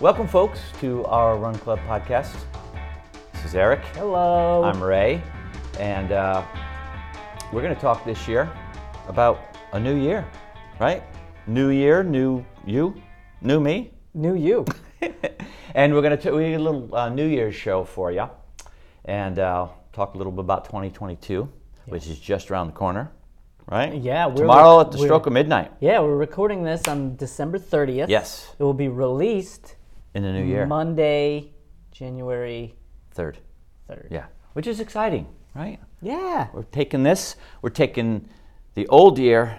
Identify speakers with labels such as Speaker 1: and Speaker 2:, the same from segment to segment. Speaker 1: Welcome, folks, to our Run Club podcast. This is Eric.
Speaker 2: Hello.
Speaker 1: I'm Ray, and uh, we're going to talk this year about a new year, right? New year, new you, new me,
Speaker 2: New you.
Speaker 1: and we're going to we did a little uh, New Year's show for you, and uh, talk a little bit about 2022, which is just around the corner, right?
Speaker 2: Yeah, we're-
Speaker 1: tomorrow at the
Speaker 2: we're-
Speaker 1: stroke of midnight.
Speaker 2: yeah, we're recording this on December 30th.
Speaker 1: Yes,
Speaker 2: It will be released
Speaker 1: in the new year,
Speaker 2: Monday, January
Speaker 1: third.
Speaker 2: 3rd.
Speaker 1: Yeah, which is exciting, right?
Speaker 2: Yeah.
Speaker 1: We're taking this, we're taking the old year,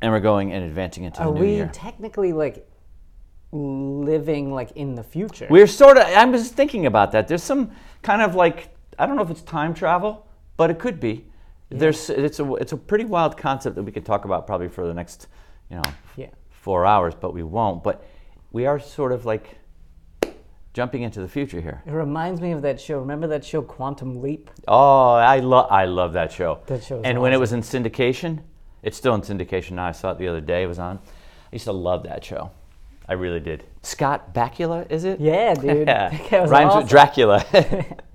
Speaker 1: and we're going and advancing into the
Speaker 2: Are
Speaker 1: new
Speaker 2: we
Speaker 1: year.
Speaker 2: technically like living like in the future?
Speaker 1: we're sort of, I was thinking about that. There's some kind of like, I don't know if it's time travel, but it could be. There's, it's a, it's a pretty wild concept that we could talk about probably for the next, you know,
Speaker 2: yeah.
Speaker 1: four hours, but we won't. But we are sort of like jumping into the future here.
Speaker 2: It reminds me of that show. Remember that show Quantum Leap?
Speaker 1: Oh, I love I love that show.
Speaker 2: That show is
Speaker 1: and when it was in syndication, it's still in syndication now. I saw it the other day. It was on. I used to love that show. I really did. Scott Bakula, is it?
Speaker 2: Yeah, dude. That guy was
Speaker 1: Rhymes
Speaker 2: awesome.
Speaker 1: with Dracula.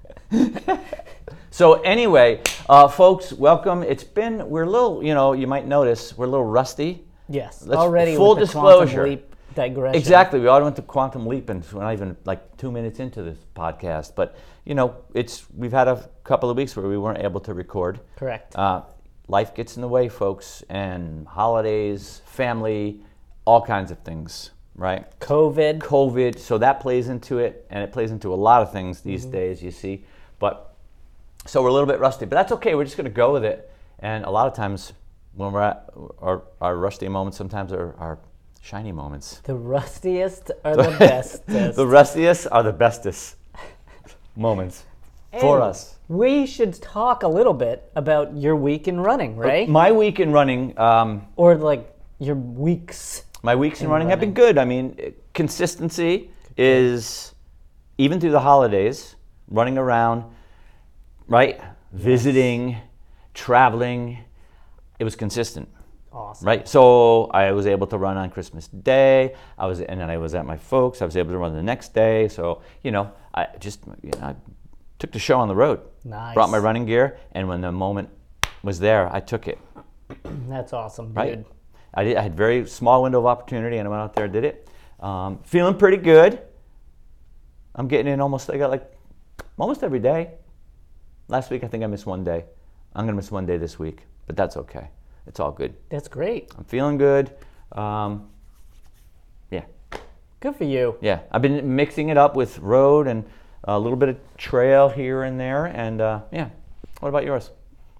Speaker 1: so anyway, uh, folks, welcome. It's been we're a little, you know, you might notice we're a little rusty.
Speaker 2: Yes.
Speaker 1: Let's-
Speaker 2: already
Speaker 1: full
Speaker 2: with the
Speaker 1: disclosure.
Speaker 2: Quantum Leap digression.
Speaker 1: Exactly. We all went to quantum leap, and we're not even like two minutes into this podcast. But you know, it's we've had a couple of weeks where we weren't able to record.
Speaker 2: Correct.
Speaker 1: Uh, life gets in the way, folks, and holidays, family, all kinds of things, right?
Speaker 2: COVID.
Speaker 1: COVID, so that plays into it, and it plays into a lot of things these days, you see. But so we're a little bit rusty, but that's okay. We're just going to go with it. And a lot of times, when we're at our, our rusty moments, sometimes are our shiny moments.
Speaker 2: the rustiest are the bestest.
Speaker 1: The rustiest are the bestest moments for
Speaker 2: And
Speaker 1: us.
Speaker 2: We should talk a little bit about your week in running, right?
Speaker 1: My week in running, um,
Speaker 2: or like your weeks.
Speaker 1: My weeks in running, have been good. I mean, eh, consistency is even through the holidays, running around, right? Visiting, traveling. It was consistent,
Speaker 2: Awesome.
Speaker 1: right? So I was able to run on Christmas Day. I was, and then I was at my folks. I was able to run the next day. So you know, I just you know, I took the show on the road.
Speaker 2: Nice.
Speaker 1: Brought my running gear, and when the moment was there, I took it.
Speaker 2: That's awesome, dude.
Speaker 1: Right. I, did, I had very small window of opportunity, and I went out there and did it. Um, feeling pretty good. I'm getting in almost. I got like almost every day. Last week, I think I missed one day. I'm gonna miss one day this week, but that's okay. It's all good.
Speaker 2: That's great.
Speaker 1: I'm feeling good. Um, yeah,
Speaker 2: Good for you.
Speaker 1: yeah. I've been mixing it up with road and a little bit of trail here and there, and uh, yeah. What about yours?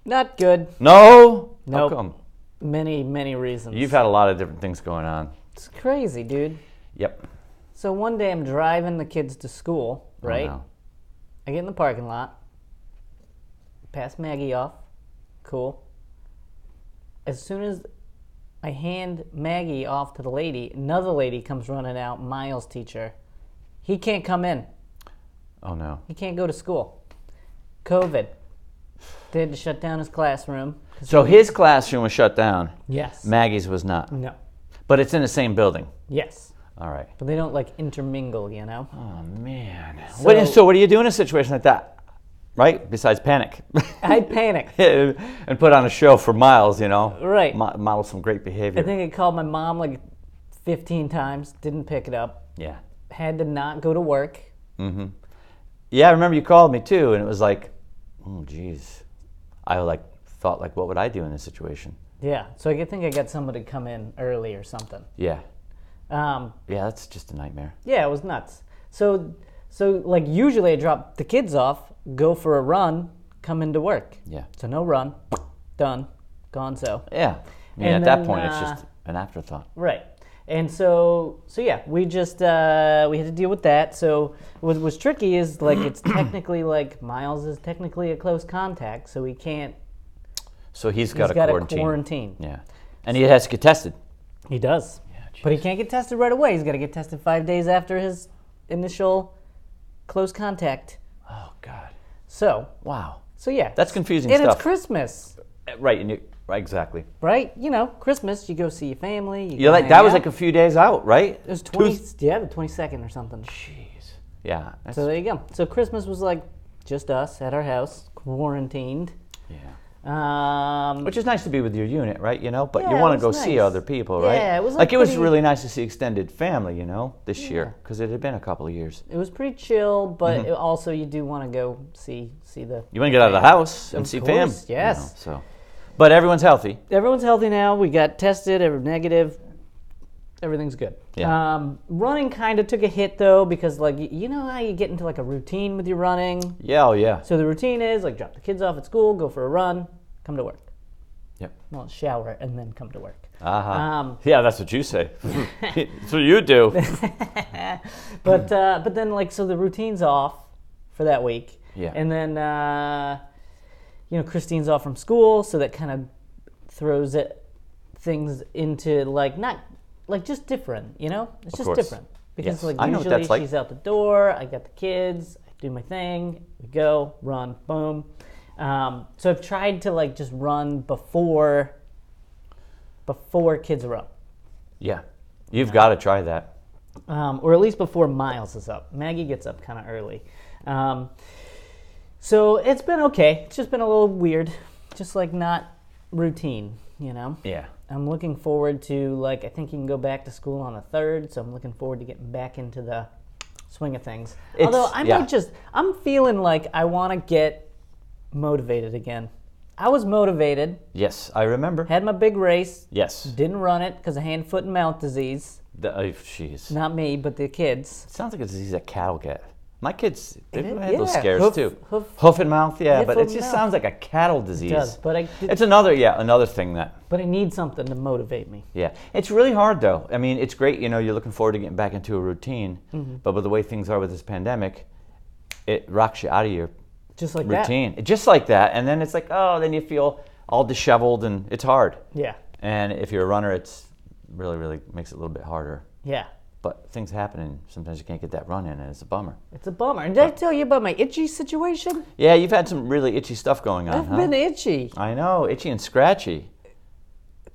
Speaker 2: Not good.
Speaker 1: No.
Speaker 2: Nope.
Speaker 1: How come?
Speaker 2: Many, many reasons.
Speaker 1: You've had a lot of different things going on.
Speaker 2: it's crazy, dude.
Speaker 1: Yep.
Speaker 2: So one day I'm driving the kids to school,
Speaker 1: Oh,
Speaker 2: right?
Speaker 1: no.
Speaker 2: I get in the parking lot, pass Maggie off. Cool. As soon as I hand Maggie off to the lady, another lady comes running out, Miles' teacher. He can't come in.
Speaker 1: Oh no.
Speaker 2: He can't go to school. COVID. They had to shut down his classroom.
Speaker 1: So his classroom was shut down.
Speaker 2: Yes.
Speaker 1: Maggie's was not.
Speaker 2: no.
Speaker 1: But it's in the same building.
Speaker 2: Yes.
Speaker 1: All right.
Speaker 2: But they don't like intermingle, you know?
Speaker 1: Oh man. what,
Speaker 2: So-
Speaker 1: so what do you do in a situation like that? Right? Besides panic.
Speaker 2: I panic.
Speaker 1: and put on a show for miles, you know.
Speaker 2: Right.
Speaker 1: Mo- model some great behavior.
Speaker 2: I think I called my mom like 15 times, didn't pick it up,
Speaker 1: yeah.
Speaker 2: had to not go to work.
Speaker 1: Yeah, I remember you called me too and it was like, "Oh geez. I like thought like what would I do in this situation?"
Speaker 2: Yeah, so I think I got somebody to come in early or something.
Speaker 1: Yeah.
Speaker 2: Um,
Speaker 1: Yeah, that's just a nightmare.
Speaker 2: yeah, it was nuts. So, so like usually I drop the kids off, go for a run, come into work.
Speaker 1: Yeah.
Speaker 2: So no run, done, gone. So
Speaker 1: Yeah. I mean, at
Speaker 2: And
Speaker 1: that
Speaker 2: then,
Speaker 1: point it's
Speaker 2: uh,
Speaker 1: just an afterthought.
Speaker 2: right, and so so yeah, we just uh, we had to deal with that. So what was tricky is like it's technically like Miles is technically a close contact, so he can't.
Speaker 1: So he's got
Speaker 2: He's
Speaker 1: to
Speaker 2: got to
Speaker 1: quarantine.
Speaker 2: quarantine.
Speaker 1: Yeah. And he has to get tested.
Speaker 2: He does. but he can't get tested right away. He's got to get tested five days after his initial close contact.
Speaker 1: Oh God!
Speaker 2: So,
Speaker 1: Wow,
Speaker 2: so yeah.
Speaker 1: that's confusing
Speaker 2: and
Speaker 1: stuff.
Speaker 2: it's Christmas.
Speaker 1: right, and you, Right, exactly.
Speaker 2: right? You know, Christmas, you go see your family. You
Speaker 1: Yeah,
Speaker 2: go
Speaker 1: like
Speaker 2: hang
Speaker 1: that was
Speaker 2: out.
Speaker 1: like a few days out, right?
Speaker 2: it was twenty, yeah, the twenty second or something.
Speaker 1: Jeez. Yeah. That's,
Speaker 2: So there you go. So Christmas was like just us at our house, quarantined.
Speaker 1: yeah.
Speaker 2: Um,
Speaker 1: Which is nice to be with your unit, right? You know, but you
Speaker 2: Yeah, it
Speaker 1: want to
Speaker 2: was
Speaker 1: go see
Speaker 2: nice.
Speaker 1: other people, right?
Speaker 2: Yeah, it was,
Speaker 1: like
Speaker 2: like,
Speaker 1: it was
Speaker 2: pretty-
Speaker 1: really nice to see extended family, you know, this year. 'Cause year because it had been a couple of years.
Speaker 2: it was pretty chill, but
Speaker 1: Mm-hmm.
Speaker 2: it- also you do want to go see see the.
Speaker 1: You want to get out of the house and
Speaker 2: Of
Speaker 1: see
Speaker 2: course,
Speaker 1: fam. you
Speaker 2: yes.
Speaker 1: know, so, but everyone's healthy.
Speaker 2: Everyone's healthy now. We got tested. Every negative. Everything's good.
Speaker 1: Yeah.
Speaker 2: Um, running kind of took a hit though because like you, you know how you get into like a routine with your running.
Speaker 1: Yeah. Oh yeah.
Speaker 2: So the routine is like drop the kids off at school, go for a run, come to work.
Speaker 1: Yep.
Speaker 2: Well, shower and then come to work.
Speaker 1: Uh-huh.
Speaker 2: Um,
Speaker 1: yeah, that's what you say. that's what you do.
Speaker 2: but uh, but then like so the routine's off for that week.
Speaker 1: Yeah.
Speaker 2: And then uh, you know Christine's off from school, so that kind of throws it things into like not like just different. You know, it's just
Speaker 1: course.
Speaker 2: different because
Speaker 1: Yes.
Speaker 2: like
Speaker 1: I know what
Speaker 2: usually
Speaker 1: that's like.
Speaker 2: she's out the door. I got the kids. I do my thing. We go run. Boom. Um, so I've tried to like just run before before kids are up.
Speaker 1: Yeah. You've got to try that.
Speaker 2: um, or at least before Miles is up. Maggie gets up kind of early. Um, so it's been okay. It's just been a little weird, just like not routine, you know?
Speaker 1: Yeah.
Speaker 2: I'm looking forward to, like, I think you can go back to school on the third, so I'm looking forward to getting back into the swing of things.
Speaker 1: It's-
Speaker 2: Although I
Speaker 1: yeah.
Speaker 2: might just, I'm feeling like I want to get motivated again. I was motivated,
Speaker 1: Yes, I remember.
Speaker 2: had my big race,
Speaker 1: yes.
Speaker 2: didn't run it because of hand, foot, and mouth disease.
Speaker 1: The, oh, jeez.
Speaker 2: Not me, but the kids.
Speaker 1: Sounds like a disease that cattle get. My kids, they
Speaker 2: It-
Speaker 1: had those
Speaker 2: yeah,
Speaker 1: scares
Speaker 2: hoof-
Speaker 1: too.
Speaker 2: hoof-
Speaker 1: and mouth, yeah,
Speaker 2: hoof
Speaker 1: but it
Speaker 2: and
Speaker 1: just
Speaker 2: mouth.
Speaker 1: sounds like a cattle disease.
Speaker 2: does, but I did-
Speaker 1: it's another, yeah, another thing that,
Speaker 2: But I need something to motivate me.
Speaker 1: yeah. It's really hard though. I mean, it's great, you know, you're looking forward to getting back into a routine,
Speaker 2: Mm-hmm.
Speaker 1: but with the way things are with this pandemic, it rocks you out of your
Speaker 2: Just like
Speaker 1: routine. Just like that. And then it's like, oh, then you feel all disheveled and it's hard.
Speaker 2: that. Yeah.
Speaker 1: And if you're a runner, it's really, really makes it a little bit harder.
Speaker 2: Yeah.
Speaker 1: But things happen and sometimes you can't get that run in and it's a bummer.
Speaker 2: It's a bummer. And did I tell you about my itchy situation?
Speaker 1: Yeah, you've had some really itchy stuff going on,
Speaker 2: I've
Speaker 1: huh?
Speaker 2: been itchy.
Speaker 1: I know, itchy and scratchy.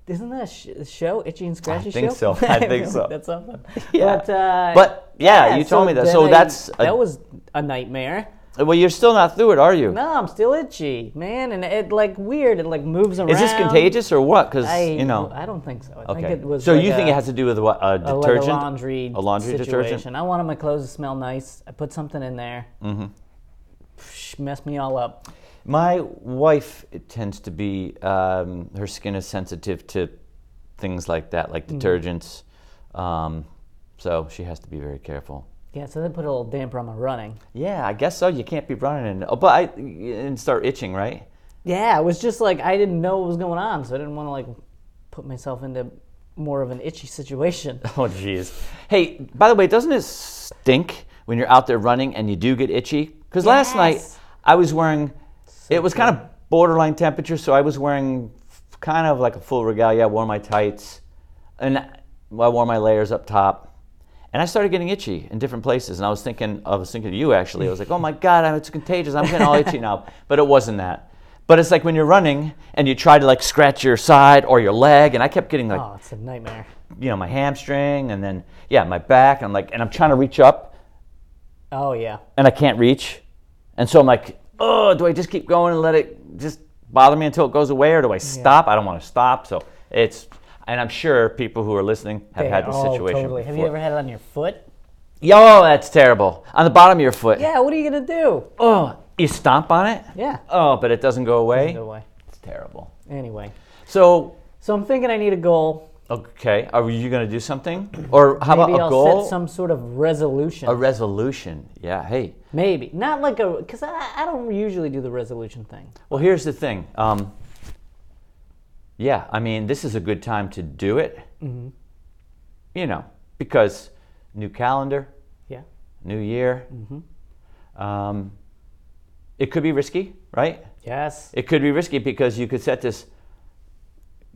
Speaker 2: Isn't that a sh- show, Itchy and Scratchy
Speaker 1: think
Speaker 2: show?
Speaker 1: so. I think so.
Speaker 2: That's something.
Speaker 1: Yeah.
Speaker 2: But, uh,
Speaker 1: But yeah, you told me that.
Speaker 2: then
Speaker 1: So
Speaker 2: I-
Speaker 1: that's a-
Speaker 2: that was a nightmare.
Speaker 1: Well, you're still not through it, are you?
Speaker 2: No, I'm still itchy, man. And it like weird. It like moves around.
Speaker 1: Is this contagious or what? Because
Speaker 2: I,
Speaker 1: you know.
Speaker 2: I don't think so. I
Speaker 1: okay.
Speaker 2: think it was.
Speaker 1: so
Speaker 2: like
Speaker 1: you think
Speaker 2: a-
Speaker 1: it has to do with what? A
Speaker 2: a-
Speaker 1: detergent?
Speaker 2: Oh, Like a laundry.
Speaker 1: A laundry
Speaker 2: situation.
Speaker 1: detergent.
Speaker 2: I wanted my clothes to smell nice. I put something in there. Mm-hmm. messed me all up.
Speaker 1: My wife it tends to be um, her skin is sensitive to things like that, like
Speaker 2: Mm-hmm.
Speaker 1: detergents. Um, so she has to be very careful.
Speaker 2: Yeah, so they put a little damper on my running.
Speaker 1: Yeah, I guess so. You can't be running and oh, but I and start itching, right?
Speaker 2: Yeah, it was just like I didn't know what was going on, so I didn't want to like put myself into more of an itchy situation.
Speaker 1: Oh, jeez. Hey, by the way, doesn't it stink when you're out there running and you do get itchy? Because last night
Speaker 2: Yes.
Speaker 1: I was wearing, it was kind of borderline temperature, so I was wearing f- kind of like a full regalia. I wore my tights, and I I wore my layers up top, and I started getting itchy in different places. And I was thinking, I was thinking of you actually. I was like, oh my god, I'm- it's contagious. I'm getting all itchy now. But it wasn't that. But it's like when you're running and you try to like scratch your side or your leg, and I kept getting like
Speaker 2: Oh, it's a nightmare.
Speaker 1: you know my hamstring and then yeah my back and I'm like and I'm trying to reach up
Speaker 2: Oh yeah,
Speaker 1: and I can't reach and so I'm like oh do I just keep going and let it just bother me until it goes away or do I stop I don't want to stop so it's and I'm sure people who are listening have had this
Speaker 2: oh,
Speaker 1: situation
Speaker 2: Totally. Have you
Speaker 1: before.
Speaker 2: ever had it on your foot?
Speaker 1: yo that's terrible on the bottom of your foot
Speaker 2: Yeah. What are you gonna do?
Speaker 1: oh you stomp on it
Speaker 2: Yeah.
Speaker 1: oh but it doesn't go away
Speaker 2: No way.
Speaker 1: it's terrible
Speaker 2: Anyway,
Speaker 1: so
Speaker 2: so I'm thinking I need a goal.
Speaker 1: okay are you gonna do something or how
Speaker 2: Maybe
Speaker 1: about a
Speaker 2: I'll
Speaker 1: goal
Speaker 2: set some sort of resolution.
Speaker 1: a resolution yeah hey
Speaker 2: Maybe not like a because I, I don't usually do the resolution thing.
Speaker 1: Well, here's the thing. Um, yeah, I mean, this is a good time to do it. You know, because new calendar,
Speaker 2: Yeah.
Speaker 1: new year. Um, it could be risky, right?
Speaker 2: Yes.
Speaker 1: It could be risky because you could set this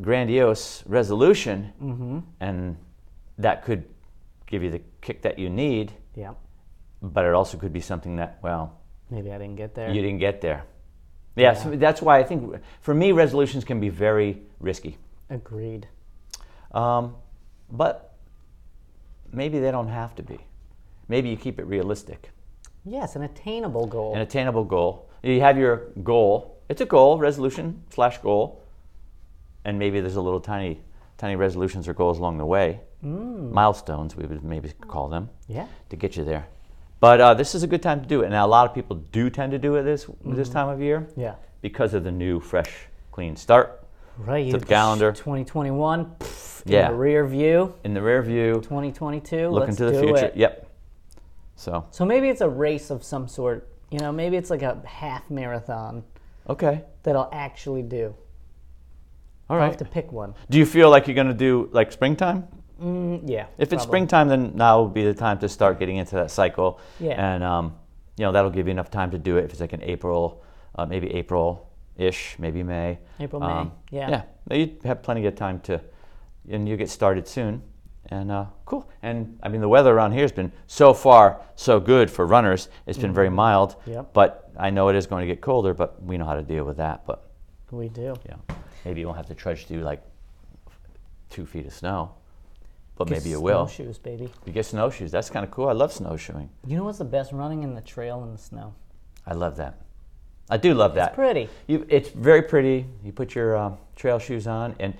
Speaker 1: grandiose resolution, and that could give you the kick that you need.
Speaker 2: Yeah.
Speaker 1: But it also could be something that, well,
Speaker 2: Maybe I didn't get there.
Speaker 1: you didn't get there. Yeah, so that's why I think for me resolutions can be very risky.
Speaker 2: Agreed.
Speaker 1: Um, but maybe they don't have to be. Maybe you keep it realistic,
Speaker 2: Yes, an attainable goal.
Speaker 1: an attainable goal. You have your goal. It's a goal, resolution slash goal, and maybe there's a little tiny, tiny resolutions or goals along the way, milestones we would maybe call them
Speaker 2: yeah.
Speaker 1: to get you there. But uh, this is a good time to do it. Now a lot of people do tend to do it this this time of year
Speaker 2: Yeah.
Speaker 1: because of the new, fresh, clean start
Speaker 2: Right. you-
Speaker 1: the calendar.
Speaker 2: 2021. Pff,
Speaker 1: Yeah.
Speaker 2: In the rear view.
Speaker 1: in the rear view.
Speaker 2: 2022.
Speaker 1: Look
Speaker 2: let's
Speaker 1: into the
Speaker 2: do
Speaker 1: future.
Speaker 2: it.
Speaker 1: Yep. So
Speaker 2: So maybe it's a race of some sort. You know, maybe it's like a half marathon
Speaker 1: okay,
Speaker 2: that I'll actually do.
Speaker 1: all
Speaker 2: I have
Speaker 1: right.
Speaker 2: to pick one.
Speaker 1: Do you feel like you're going to do like springtime?
Speaker 2: Mm, yeah.
Speaker 1: If it's
Speaker 2: probably.
Speaker 1: springtime, then now would be the time to start getting into that cycle.
Speaker 2: Yeah.
Speaker 1: And um, you know that'll give you enough time to do it. If it's like in April, uh, maybe April-ish, maybe May. Um,
Speaker 2: April, May, yeah.
Speaker 1: Yeah. Now You have plenty of time to, and you get started soon. And uh, cool. And I mean, the weather around here has been so far so good for runners. It's been very mild.
Speaker 2: Mm-hmm. Yep.
Speaker 1: But I know it is going to get colder. But we know how to deal with that. But
Speaker 2: We do.
Speaker 1: Yeah. Maybe you won't have to trudge through like two feet of snow, but maybe you will.
Speaker 2: Snowshoes, baby.
Speaker 1: You get snowshoes. That's kind of cool. I love snowshoeing.
Speaker 2: You know what's the best? Running in the trail in the snow.
Speaker 1: I love that. I do love that.
Speaker 2: Pretty.
Speaker 1: You, it's very pretty. You put your um, trail shoes on, and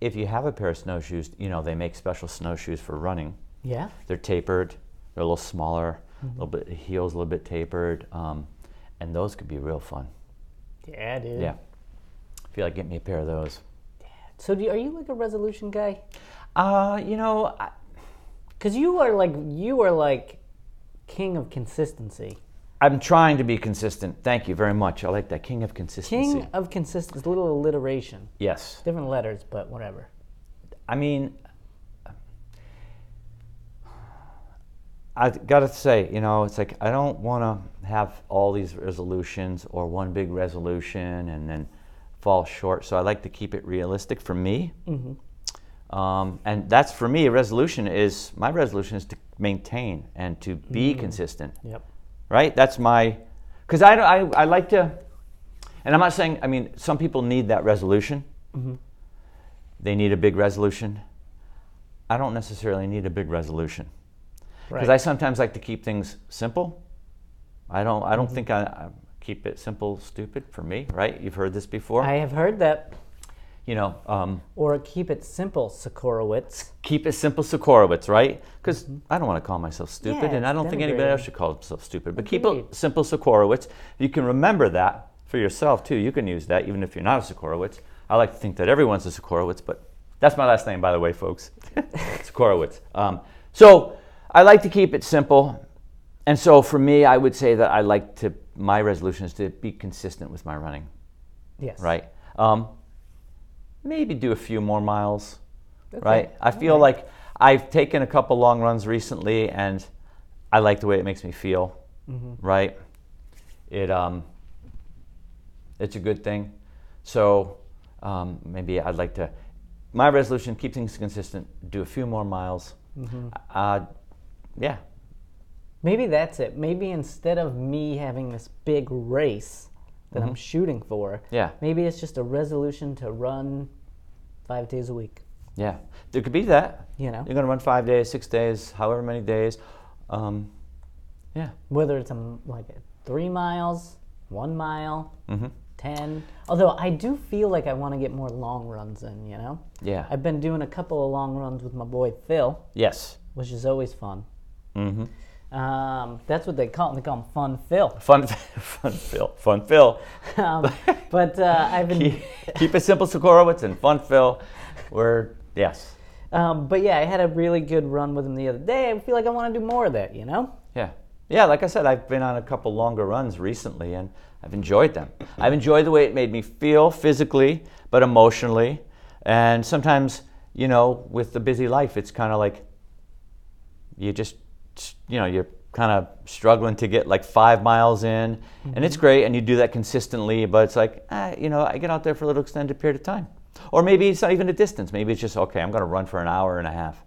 Speaker 1: if you have a pair of snowshoes, you know they make special snowshoes for running.
Speaker 2: Yeah.
Speaker 1: They're tapered. They're a little smaller. A little
Speaker 2: Mm-hmm.
Speaker 1: bit the heels, a little bit tapered, um, and those could be real fun.
Speaker 2: Yeah, dude.
Speaker 1: Yeah. I feel like getting me a pair of those.
Speaker 2: So, do, are you like a resolution guy?
Speaker 1: Uh, you know, I,
Speaker 2: Because you are like you are like king of consistency.
Speaker 1: I'm trying to be consistent. Thank you very much. I like that. King of consistency.
Speaker 2: King of consistency. Little alliteration,
Speaker 1: Yes.
Speaker 2: different letters, but whatever.
Speaker 1: I mean, I gotta say, you know, it's like I don't want to have all these resolutions or one big resolution and then fall short. So I like to keep it realistic for me. Um, and that's for me. A resolution is my resolution is to maintain and to be consistent.
Speaker 2: Yep.
Speaker 1: right? That's my, because I, don't- I, I like to, and I'm not saying, I mean, some people need that resolution.
Speaker 2: Mm-hmm.
Speaker 1: They need a big resolution. I don't necessarily need a big resolution
Speaker 2: Right.
Speaker 1: because I sometimes like to keep things simple. I don't, I
Speaker 2: Mm-hmm.
Speaker 1: don't think I, I keep it simple, stupid for me, right? You've heard this before.
Speaker 2: I have heard that.
Speaker 1: you know, um,
Speaker 2: Or keep it simple, Sokorowitz.
Speaker 1: keep it simple, Sokorowitz, right? Because I don't want to call myself stupid,
Speaker 2: Yeah,
Speaker 1: and I
Speaker 2: it's
Speaker 1: don't think anybody
Speaker 2: denigrating.
Speaker 1: else should call themselves stupid. But keep it
Speaker 2: Agreed.
Speaker 1: simple, Sokorowitz. You can remember that for yourself too. You can use that even if you're not a Sokorowitz. I like to think that everyone's a Sokorowitz, but that's my last name, by the way, folks. Sokorowitz. Um, so I like to keep it simple, and so for me, I would say that I like to. My resolution is to be consistent with my running
Speaker 2: Yes.
Speaker 1: right? Um, maybe do a few more miles, right? I feel like I've taken a couple long runs recently, and I like the way it makes me feel, right? It um, it's a good thing. So um, maybe I'd like to. My resolution: keep things consistent. Do a few more miles. Uh, yeah,
Speaker 2: Maybe that's it. Maybe instead of me having this big race that I'm shooting for,
Speaker 1: Yeah.
Speaker 2: maybe it's just a resolution to run five days a week.
Speaker 1: yeah. There could be that.
Speaker 2: You know,
Speaker 1: You're gonna run five days, six days, however many days. Um, yeah.
Speaker 2: whether it's a m like a three miles, one mile, ten. Although I do feel like I want to get more long runs in. You know,
Speaker 1: Yeah.
Speaker 2: I've been doing a couple of long runs with my boy Phil,
Speaker 1: yes.
Speaker 2: which is always fun. Mm-hmm. Um, that's what they call him. They call him Fun Phil.
Speaker 1: Fun, fun, Phil, fun, Phil.
Speaker 2: Um, but uh, I've been.
Speaker 1: Keep, keep it simple, Sokorowitz, and fun, Phil. We're yes,
Speaker 2: Um, but yeah, I had a really good run with him the other day. I feel like I want to do more of that, you know?
Speaker 1: yeah, yeah. Like I said, I've been on a couple longer runs recently, and I've enjoyed them. I've enjoyed the way it made me feel physically, but emotionally, and sometimes you know, with the busy life, it's kind of like you just you know you're kind of struggling to get like five miles in and it's great and you do that consistently but it's like eh, you know i get out there for a little extended period of time or maybe it's not even a distance maybe it's just okay i'm going to run for an hour and a half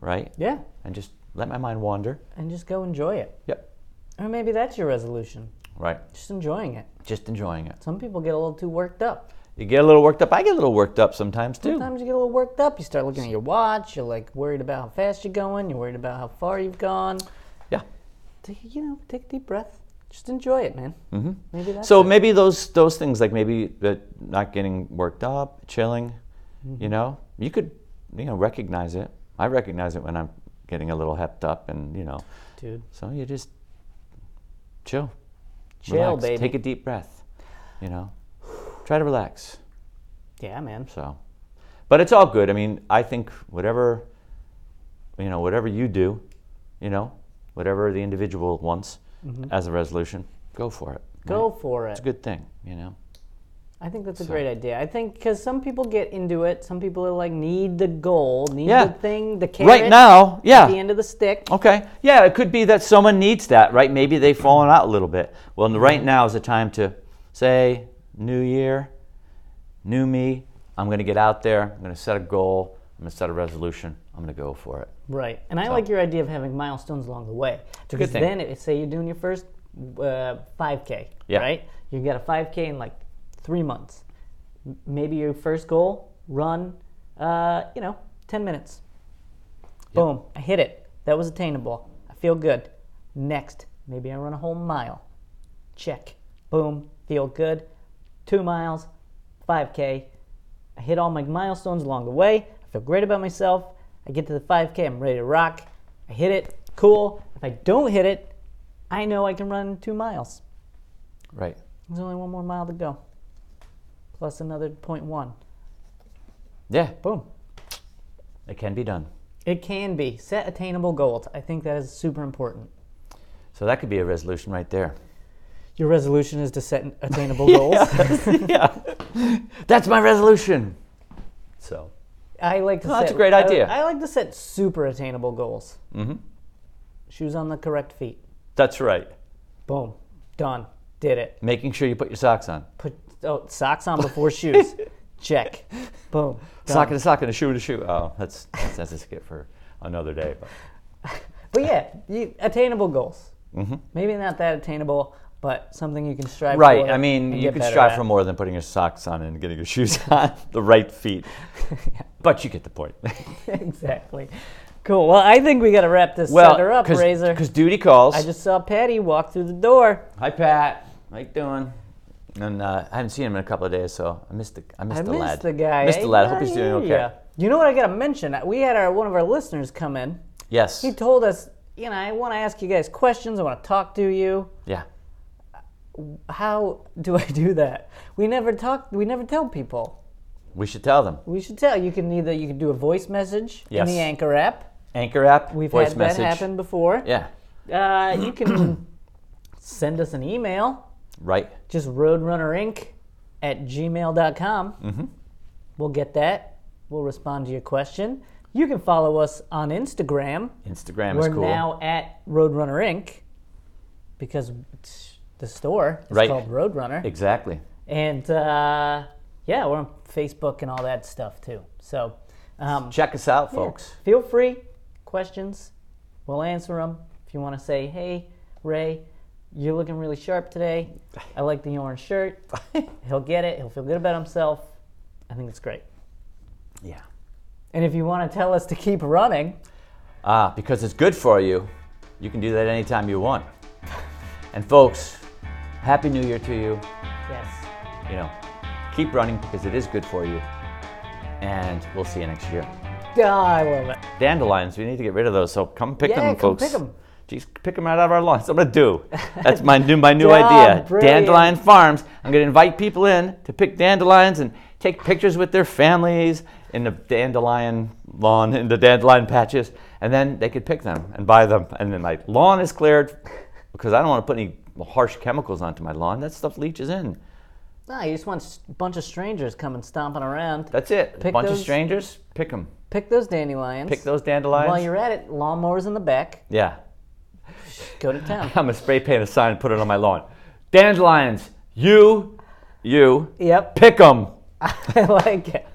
Speaker 1: right
Speaker 2: Yeah.
Speaker 1: and just let my mind wander
Speaker 2: And just go enjoy it.
Speaker 1: yep
Speaker 2: Or maybe that's your resolution.
Speaker 1: Right.
Speaker 2: Just enjoying it.
Speaker 1: Just enjoying it.
Speaker 2: Some people get a little too worked up.
Speaker 1: You get a little worked up. I get a little worked up sometimes too.
Speaker 2: Sometimes you get a little worked up. You start looking at your watch. You're like worried about how fast you're going. You're worried about how far you've gone.
Speaker 1: Yeah.
Speaker 2: Take, you know, take a deep breath. Just enjoy it, man. Mm-hmm. Maybe that's
Speaker 1: So
Speaker 2: it.
Speaker 1: maybe those those things like maybe uh, not getting worked up, chilling,
Speaker 2: Mm-hmm.
Speaker 1: you know, you could you know recognize it. I recognize it when I'm getting a little hepped up, and you know,
Speaker 2: dude.
Speaker 1: so you just chill,
Speaker 2: Chill,
Speaker 1: relax,
Speaker 2: baby.
Speaker 1: take a deep breath, you know, try to relax.
Speaker 2: yeah, man.
Speaker 1: So, but it's all good. I mean, I think whatever, you know, whatever you do, you know, whatever the individual wants as a resolution, go for it.
Speaker 2: Go for it.
Speaker 1: It's a good thing, you know.
Speaker 2: I think that's a great idea. I think because some people get into it. Some people are like need the goal, need
Speaker 1: Yeah.
Speaker 2: the thing, the carrot.
Speaker 1: Right now,
Speaker 2: at the
Speaker 1: yeah.
Speaker 2: end of the stick.
Speaker 1: Okay. Yeah, it could be that someone needs that, right? Maybe they've fallen out a little bit. Well, n- right now is the time to say, New Year, new me. I'm going to get out there. I'm going to set a goal. I'm going to set a resolution. I'm going to go for it.
Speaker 2: Right. And I like your idea of having milestones along the way. Because
Speaker 1: thing.
Speaker 2: then, it, say you're doing your first uh, 5K,
Speaker 1: Yeah.
Speaker 2: right? You got a 5K in like three months. M- Maybe your first goal, run, uh, you know, 10 minutes. Boom, I hit it. That was attainable. I feel good. Next, maybe I run a whole mile. Check. Boom, feel good. Two miles, 5K. I hit all my milestones along the way. I feel great about myself. I get to the 5K, I'm ready to rock. I hit it, cool. If I don't hit it, I know I can run two miles.
Speaker 1: Right.
Speaker 2: There's only one more mile to go, plus another 0.1.
Speaker 1: Yeah,
Speaker 2: Boom.
Speaker 1: it can be done.
Speaker 2: It can be. Set attainable goals. I think that is super important.
Speaker 1: So that could be a resolution right there.
Speaker 2: Your resolution is to set attainable goals.
Speaker 1: yeah. That's my resolution. So,
Speaker 2: I like to
Speaker 1: No,
Speaker 2: set,
Speaker 1: that's a great
Speaker 2: I-
Speaker 1: idea.
Speaker 2: I, like to set super attainable goals. Mm-hmm. Shoes on the correct feet.
Speaker 1: that's right.
Speaker 2: Boom. Done. Did it.
Speaker 1: Making sure you put your socks on.
Speaker 2: Put oh, socks on before shoes. Check. Boom. Done.
Speaker 1: Sock in a sock and a shoe in a shoe. Oh, that's that's, that's a skit for another day. But
Speaker 2: But yeah, you, attainable goals. Mm-hmm. Maybe not that attainable, but something you can strive for.
Speaker 1: right. I mean,
Speaker 2: and
Speaker 1: you
Speaker 2: get
Speaker 1: could
Speaker 2: better
Speaker 1: strive
Speaker 2: at.
Speaker 1: for more than putting your socks on and getting your shoes on. the right feet. But you get the point.
Speaker 2: exactly. Cool. Well, I think we got to wrap this sucker up, Razor.
Speaker 1: Because duty calls.
Speaker 2: I just saw Patty walk through the door.
Speaker 1: Hi, Pat. How you doing? And uh, I haven't seen him in a couple of days, so I missed the I missed
Speaker 2: I
Speaker 1: the
Speaker 2: missed
Speaker 1: lad.
Speaker 2: the guy.
Speaker 1: Missed
Speaker 2: eh?
Speaker 1: the lad. Hope he's
Speaker 2: I
Speaker 1: doing
Speaker 2: hear
Speaker 1: okay.
Speaker 2: ya. You know what I got to mention? We had our one of our listeners come in.
Speaker 1: Yes.
Speaker 2: He told us, you know, I want to ask you guys questions. I want to talk to you.
Speaker 1: Yeah.
Speaker 2: How do I do that? We never talk. We never tell people.
Speaker 1: We should tell them.
Speaker 2: We should tell. You can either you can do a voice message
Speaker 1: Yes.
Speaker 2: in the Anchor app.
Speaker 1: Anchor app,
Speaker 2: We've
Speaker 1: voice
Speaker 2: had
Speaker 1: message.
Speaker 2: that happen before.
Speaker 1: Yeah,
Speaker 2: Uh, you can send us an email.
Speaker 1: right.
Speaker 2: Just roadrunnerinc at gmail.com. Mm-hmm. We'll get that. We'll respond to your question. You can follow us on Instagram.
Speaker 1: Instagram is
Speaker 2: We're
Speaker 1: cool.
Speaker 2: now at Roadrunner Inc. because it's- the store is
Speaker 1: Right.
Speaker 2: called Roadrunner.
Speaker 1: exactly.
Speaker 2: And uh, yeah, we're on Facebook and all that stuff too. So um,
Speaker 1: Check us out, folks.
Speaker 2: feel free, questions, we'll answer them. If you want to say, hey, Ray, you're looking really sharp today. I like the orange shirt. He'll get it. He'll feel good about himself. I think it's great.
Speaker 1: Yeah.
Speaker 2: And if you want to tell us to keep running,
Speaker 1: Ah, because it's good for you. You can do that anytime you want. And folks, happy new year to you.
Speaker 2: yes.
Speaker 1: You know, keep running because it is good for you. And we'll see you next year.
Speaker 2: Ah, I love it.
Speaker 1: Dandelions, we need to get rid of those. So come pick
Speaker 2: Yeah,
Speaker 1: them,
Speaker 2: come
Speaker 1: folks.
Speaker 2: pick 'em.
Speaker 1: Jeez, pick them out of our lawns. I'm gonna do. That's my new my new
Speaker 2: Job,
Speaker 1: idea.
Speaker 2: brilliant.
Speaker 1: Dandelion farms. I'm gonna invite people in to pick dandelions and take pictures with their families in the dandelion lawn in the dandelion patches, and then they could pick them and buy them. And then my lawn is cleared because I don't want to put any harsh chemicals onto my lawn. That stuff leaches in.
Speaker 2: Nah, you just want a bunch of strangers coming stomping around.
Speaker 1: That's it.
Speaker 2: Pick
Speaker 1: Bunch of
Speaker 2: those-
Speaker 1: strangers, pick them.
Speaker 2: Pick those dandelions.
Speaker 1: Pick those dandelions.
Speaker 2: While you're at it, lawnmowers in the back.
Speaker 1: yeah.
Speaker 2: Go to town.
Speaker 1: I'm gonna spray paint a sign and put it on my lawn. Dandelions, you, you,
Speaker 2: yep.
Speaker 1: pick 'em.
Speaker 2: I like it.